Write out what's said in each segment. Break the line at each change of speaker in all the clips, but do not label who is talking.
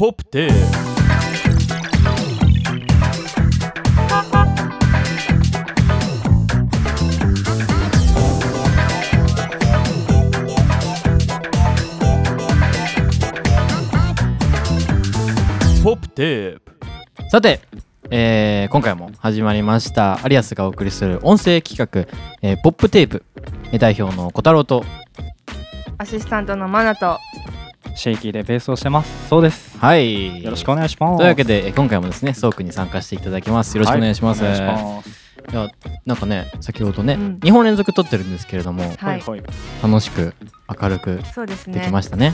ポップテポップテープ
さて、えー今回も始まりましたアリアスがお送りする音声企画、えーポップテープえー代表の小太郎と
アシスタントのマナと
シェイキーでベースをしてます。そうです。
はい
よろしくお願いします。
というわけでえー今回もですねソークに参加していただきますよろしくお願いします,、
はいお願いします
やなんかね先ほどね、
うん
2本連続撮ってるんですけれども、
はい
ほいほい
楽しく明るく
そうです
で
ね
きましたね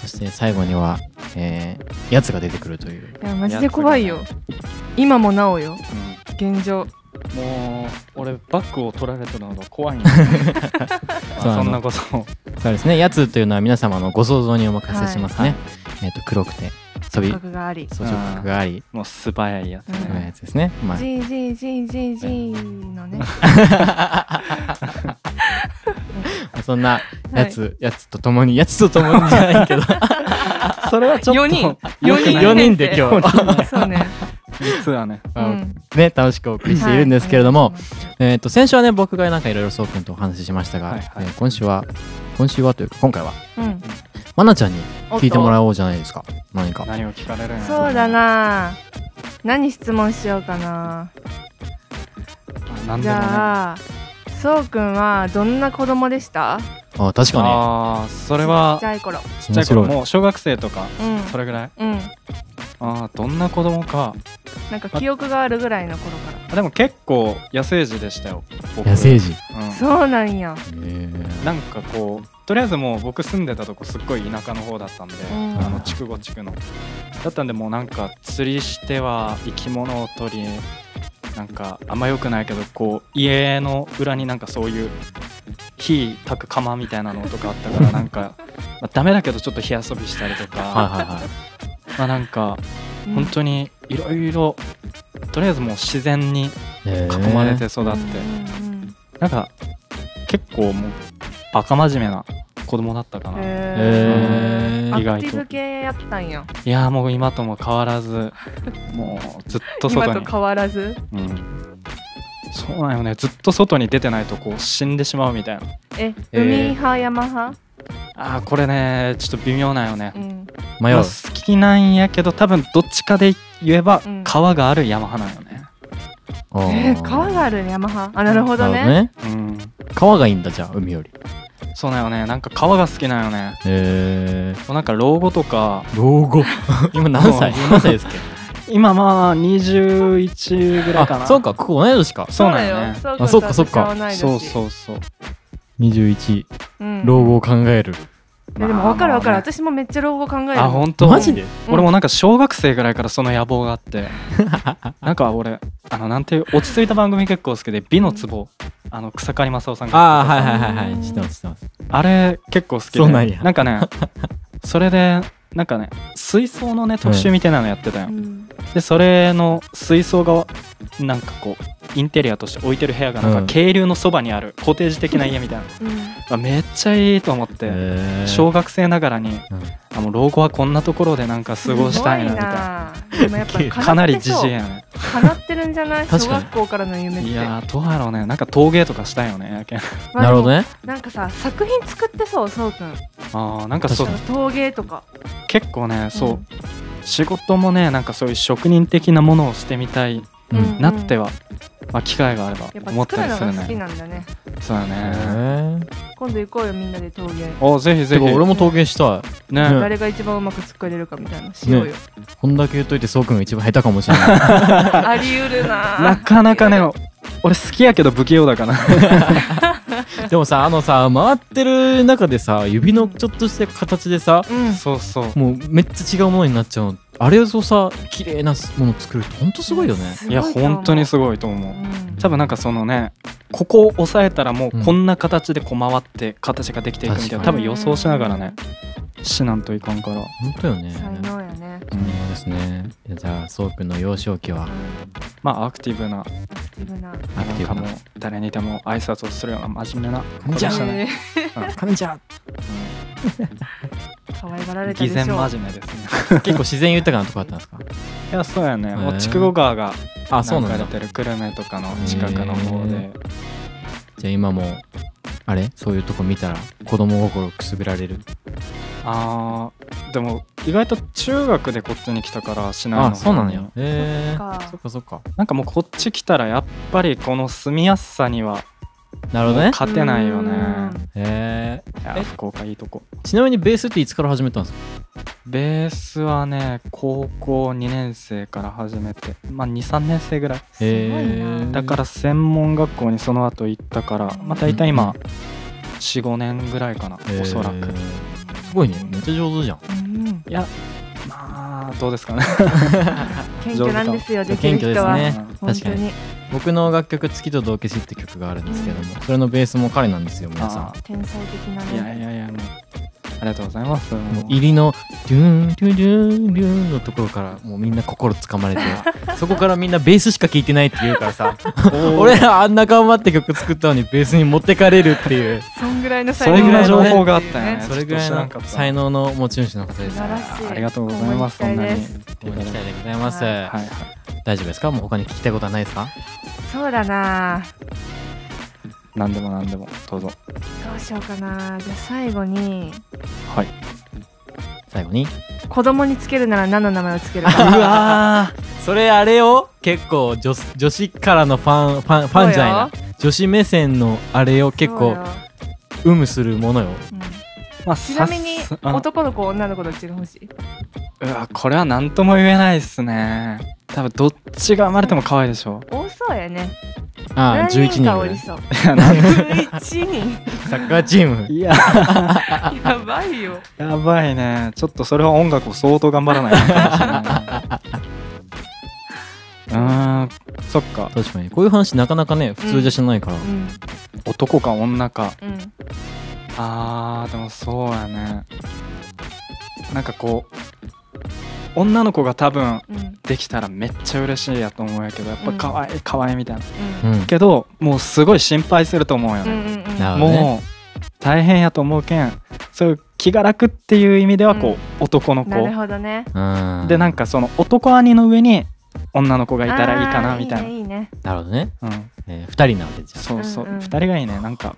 そして最後には、えーやつが出てくるという
いやマジで怖いよ今もなおよ現状
うんもう俺バッグを取られたのが怖いん だよねまあ
そうあの
そんなことを
そうですねやつというのは皆様のご想像にお任せしますね、
はい
えっ、と黒くてそび
感覚があり
装飾力があり
もう素早いや
こ
つ
の
ね。
やつですね、まあ
ジージージージージーのね
そんなやつ、やつと共にやつと共にじゃないけど
それは ちょっと
4人
良くない
4人
四人で今日
日そ うね
実はね。
あのね楽しくお送りしているんですけれども、えっ、と先週はね僕がなんかいろいろそうくんとお話ししましたが、
はいはい
えー今週は今週はというか今回は
うん
まなちゃんに
おっと
聞いてもらおうじゃないですか何か
何を聞かれるんやろ
そうだな何質問しようかな
何で
じ
もね。
ゃあそうくんはどんな子供でした
あ確か
ああそ
そ
れは
ちっちゃい頃
に
ちっちゃい頃
面
もう小学生とか
うん
それぐらい。
うん
ああどんな子供か。
なんか記憶があるぐらいの頃か
あでも結構野生児でしたよ。
白
僕
い野生。児、
うん
らそうなんや
なんかこうとりあえずもう僕住んでたとこすっごい田舎の方だったんで、
うん
あの筑後地区のだったんでもうなんか釣りしては生き物を取りなんかあんま良くないけどこう家の裏になんかそういう火炊く釜みたいなのとかあっ たからなんか、まあ、ダメだけどちょっと火遊びしたりとか
はいはいはい
まあなんか
うん
本当にいろいろとりあえずもう自然に
え
囲
ー
まれて育って、
うんうんうん
なんか結構もうバカ真面目な子供だったかな。
へ
へ
ー
ー
ア
意外
ク
と
ティブ系やったんや
いやーもう今とも変わらずもうずっと
今
外
と
に、
変わらず
うん、そうなんよねずっと外に出てないとこう死んでしまうみたいな
え
えー
海派山派
あーこれねちょっと微妙なんよね、
うん
迷う、
まあ好きなんやけど多分どっちかで言えば
うん
川がある山派なんよね
あー
えー川がある山派あなるほど
なるほど
ね
ね
うん
川がいいんだじゃあ海より
そうなんよねなんか川が好きなんよね
え
もうなんか老後とか
ー、老後 今何歳
もう
何歳ですっけ
今まあ21ぐらいかな
あそうかここ同い年か
そうなんよね
そうだ
あそ
よそ
っ
う
かそ
かそ
っ
っ
か
か
そうそうそう
21
うん
老後を考える、
えでも分かる分かる
まあまあね
私もめっちゃ老後考える
あ本当
マジで
うん
俺もなんか小学生ぐらいからその野望があって なんか俺あのなんていう落ち着いた番組結構好きで「美の壺」あの草刈正雄さんが
ああはい
は
はいい
は
はいい
は
はいい知って
知っ
て
ま
ますす知ってます
あれ結構好きで
そうなんや
かねそれでなんかね水槽のね特集みたいなのやってたよ、
うん
でそれの水槽がなんかこうインテリアとして置いてる部屋がなんか
うん
渓流のそばにあるコテージ的な家みた いな、
うん
あめっちゃいいと思って、小学生ながらにあもう老後はこんなところでなんか過ごしたいなみたいな
すごいなでもやっぱ叶ってそう
かなり自信やね
叶ってるんじゃない
確か
小
に
学校からの夢って
いやーどうやろうねなんか陶芸とかしたいよね
まあ
なるほどね
なんかさ作品作ってそうそうくん
あーなんかそう
確
陶芸とか
結構ねそう、
うん
仕事もねなんかそういう職人的なものをしてみたい
うん
なっては、まあ、機会があれば
やっぱ
思っ
作る
たり
の
す
が
る
好き
ね
なんだね
そうだね
え
今度行こうよみんなで陶芸
おぜひぜ
て
ひ
か俺も陶芸した
ね
うん
誰が一番うまく作れるかみたいなしようよ、
いこんだけ言っといてそうくんが一番下手かもしれない
あり得るな
なかなかね俺好きやけど不器用 だから
でもさあのさ回ってる中でさ指のちょっとした形でさ
うん
そうそう
もうめっちゃ違うものになっちゃうのあれをさ綺麗なもの作るってほんとすごいよね
すご
いや
と思う
本当にすごいと思
う
うん多分なんかそのねここを押さえたらもうこんな形でこう回って形ができていくみたいな
うん
多分予想しながらねしなんといかんから、
ほんとよね
才能やね、
う
そ
ん
うですねじゃあそうくんの幼少期
う
は
ん、
まあアクティブな
アクティブな
ア
な
ク
ん
ティ
か
ブ
もう
な
誰にでも挨拶 をするような真面目な
じゃあ
子でしたね
え
カメちゃん
うん
ー 可愛がられたで
偽
しょ
善
う
真面目ですね
結構自然豊かなとこだったんですか
いやそうやね、も
へ
う
え
筑後川が
あそう
流
なんだ
れてる久留米とかの近くの方
へ
で
じゃあ今もあれそういうとこ見たら子供心くすぐられる
あーでも意外と中学でこっちに来たから市内の方
あ
に
そうなのよへえそっ
そっか
かそっか
なんかもうこっち来たらやっぱりこの住みやすさには
なるほどね
勝てないよね
うん
へえ
いや福岡いいとこ
ちなみにベースっていつから始めたんですか
ベースはね高校2年生から始めてまあ23年生ぐらい
すごいな
へえ
だから専門学校にその後行ったからまあ大体今45年ぐらいかな
へー
おそらく
すごいねめっちゃ上手じゃん
うん
いやまあどうで すかね
謙虚なんですよできる
謙虚で
人
す
は、
ね
本
確
当
かに
に
僕の楽曲「月と道化師」って曲があるんですけどもそれのベースも彼なんですよ皆さん
あ
天才的な
ーいやい
ね
やいやもうありがとうございます
もう
もう
入りの「ドゥーンドゥドゥーンドゥーン」のところからもうみんな心つかまれてそこからみんなベースしか聴いてないって言うからさ俺らあんな頑張って曲作ったのにベースに持ってかれるっていう
そんぐらいの
それぐらい
の
情報があったよね
それぐらい
ちょっと知ら
の
んかった
才能の持ち主の方で
素
す
晴らしい
ありがとうございますそ
今
ん
後
な
に期待
に
です
お待ちしたいでございます、
はいはい
大丈夫ですかもう他に聞きたいことはないですか
そうだな
何でも何でもどうぞ
どうしようかなじゃあ最後に
はい
最後に
子供につけるなら何の名前をつける
う
か
わーそれあれを結構女子女子からのファンファンファンじゃないな女子目線のあれを結
そう
構
よ
有無するものよ
うん
まあ
ちなみに
さすあ
男の子女の子どっちが欲しいう
わこれは何とも言えないですね多分どっちが生まれても可愛いでしょ
多そうやね
ああ
何
11人
人かお
ぐら
り
い
そう
いやなん
11人
サッカーチーム
いや
やばいよ
やばいねちょっとそれは音楽を相当頑張らないといけ ないですねうーんそっか
確かにこういう話なかなかね普通じゃしないから、
うん
男か女か
うん
あーでもそうやねなんかこう女の子が多分
うんうん
できたらめっちゃ嬉しいやと思うやけどやっぱ可愛い可愛いみたいな
うん
けどもうすごい心配すると思うよ
うんう
ね、
んうん
なるほどね
もう大変やと思うけんそういう気が楽っていう意味ではこう、
うん
男の
なる
子
ほどね
うん
でなんかその男兄の上に女の子がいたらいいか
あ
な
ー
みたいな
ねいいね
なるほどね、
うん、
えー、2人なわけじゃん
そうそう、
う
二
んうん
人がいいねなんか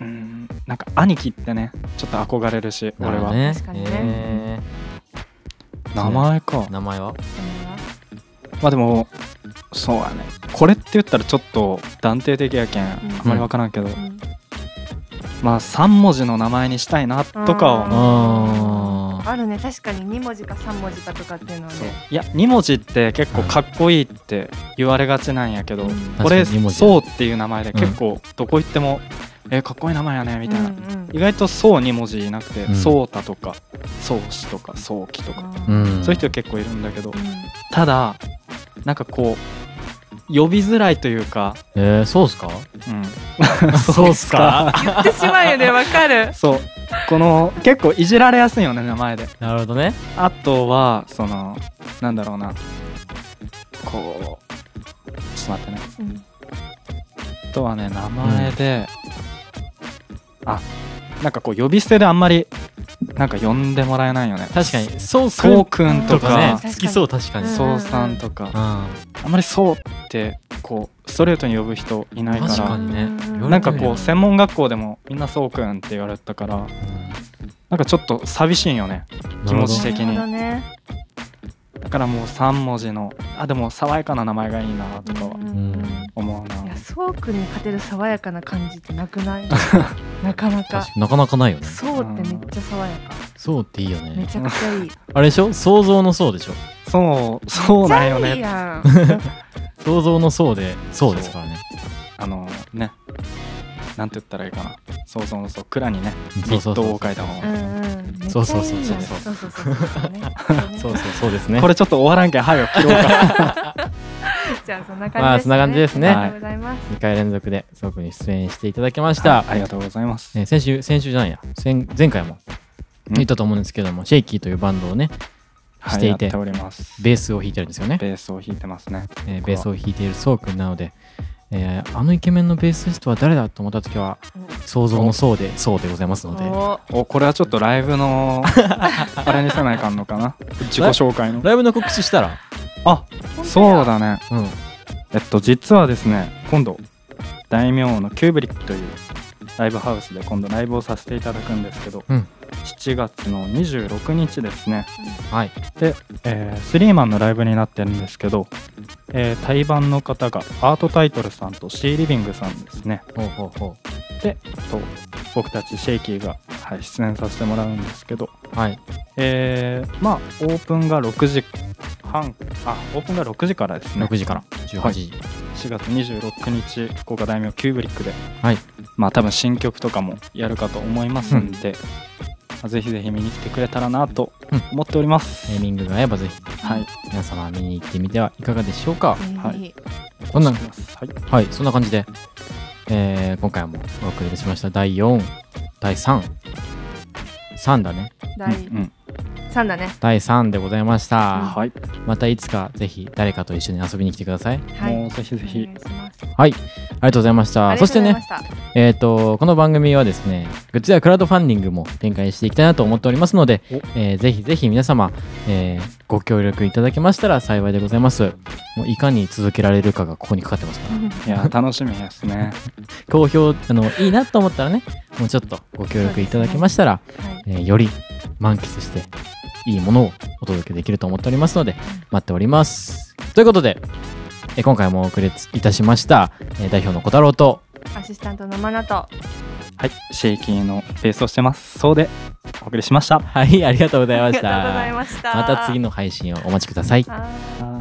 うんなんか兄貴ってねちょっと憧れるし
な
俺
るほ
は、
どね
確かにね
え
名前か
ー名前は
まあでもそうやねこれって言ったらちょっと断定的やけん、あまり分からんけど、
うん
まあ3文字の名前にしたいなとかは思う
あー
あるね確かに2文字か3文字かとかっていうのはね
いや2文字って結構かっこいいって言われがちなんやけど、
うん
こ
確
れ
かに二文字や
そうっていう名前で結構どこ行っても、えーかっこいい名前やねみたいな、
うんうん
意外とそう2文字いなくて、
うん
そうたとかそうしとかそうきとか、
うん
ん
そういう人結構いるんだけど
うん
ただなんかこう呼びづらいというか、
えー、そうっすか
う ん、
そうっすか
言ってしまうよねわかる
そうこの結構いじられやすいよね名前で
なるほどね
あとはそのなんだろうなこうちょっと待ってね
うん
あとはね名前で、あなんかこう呼び捨てであんまりなんか呼んでもらえないよね
確かにそう
そう
く
くん
と
と
かね
か
確かに
好きそう確かに
うん
そうさんとか
う
あんまりそうってこうストレートに呼ぶ人いない
ん
か
確からにね
に
なんかこう
せ
専門学校でもみんなそうくんって言われたからなんかちょっと寂しいよね気持ち
的
的に
なるほどね
だからもう3文字のあでも爽やかな名前がいいなとかは
うんうんうん
うん
思うない
やそうくんに勝てる爽やかな感じってな くないなかなか
なかなかないよね
そうってめっちゃ爽やか
そうっていいよ
め
ね
ちゃくちゃいい
あれでしょ想像のそうでしょ
そうそうなんよ
めっちゃいい
ね
や
想像のそうでそうですからね
あのねなんて言ったらいいかな想像のそう蔵にね
そ
ニ
うそ
ッ
うそ
ト
う
を書いた方
んう
が
んうんめっちゃいいやん
そうそうそう
そう
そう
そうそうそうね
そうそ
そう
う
ね
そうですね
これちょっと終わらんけん早く切ろうか
じゃあそん な
ま
感
あ
じですね
そんな感じですね
ありがとうございます
2回連続でそうくんに出演していただきま した
ありがとうございます
えー先週先週じゃないや先前回も
うん
言ったと思うんですけどもシェイキーというバンドをね
は
していて
やっております
ベースを弾いてるんですよね
ベースを弾いてますね
えーベースを弾いているそうくんなのでえーあのイケメンのベースリストは誰だと思った時は想像の層でそうでございますので
お
おこれはちょっとライブ のあれにせないかんのかな自己紹介の
ライブの告知したら
あそうだね
うん
えっと実はですね今度大名のキューブリックというライブハウスで今度ライブをさせていただくんですけど、
うん
7月の26日ですね、
はい
で、えースリーマンのライブになってるんですけど、えー対バンの方がアートタイトルさんとシーリビングさんですね
ほうほうほ
と僕たちシェイキーが、はい、出演させてもらうんですけど
うはい
えーまあオープンが6時半あオープンが6時からですね
6時から18時
4月26日福岡大名キューブリックで、
はい
まあ多分新曲とかもやるかと思いますんで、まあぜひぜひ見に来てくれたらなと
うん
思っております、
ネーミングが合えばぜひ
はい
皆様見に行ってみてはいかがでしょうか
は
ぜひ
こんな
お願いしますはい
はいそんな感じで、えー今回もお送りいたしました第4第33だね
第
うんうん
3だね
第3でございました、
はい、
またいつかぜひ誰かと一緒に遊びに来てください
はい
もうぜひぜ
お
ひ
願いします
はいありがとうございました
あり
そ
が
し
と
て
うござい
ね
ました
えっ、と、この番組はですね、グッズやクラウドファンディングも展開していきたいなと思っておりますので
お、
えーぜひぜひ皆様、えーご協力いただけましたら幸いでございます。もういかに続けられるかがここにかかってますから、
いや楽しみですね
好評、あの、いいなと思ったらね、もうちょっとご協力いただけましたら、
はい
えーより満喫して、いいものをお届けできると思っておりますので、待っております。ということで、えー今回もお送りいたしました、えー代表の小太郎と、
アシスタントのマナと
はいシェイキーのベースをしてますそうでお送りしました
はい、ありがとうござい
あ
ま
り
し
がとうござい
た。
ました
また次の配信をお待ちください。
はい
はーい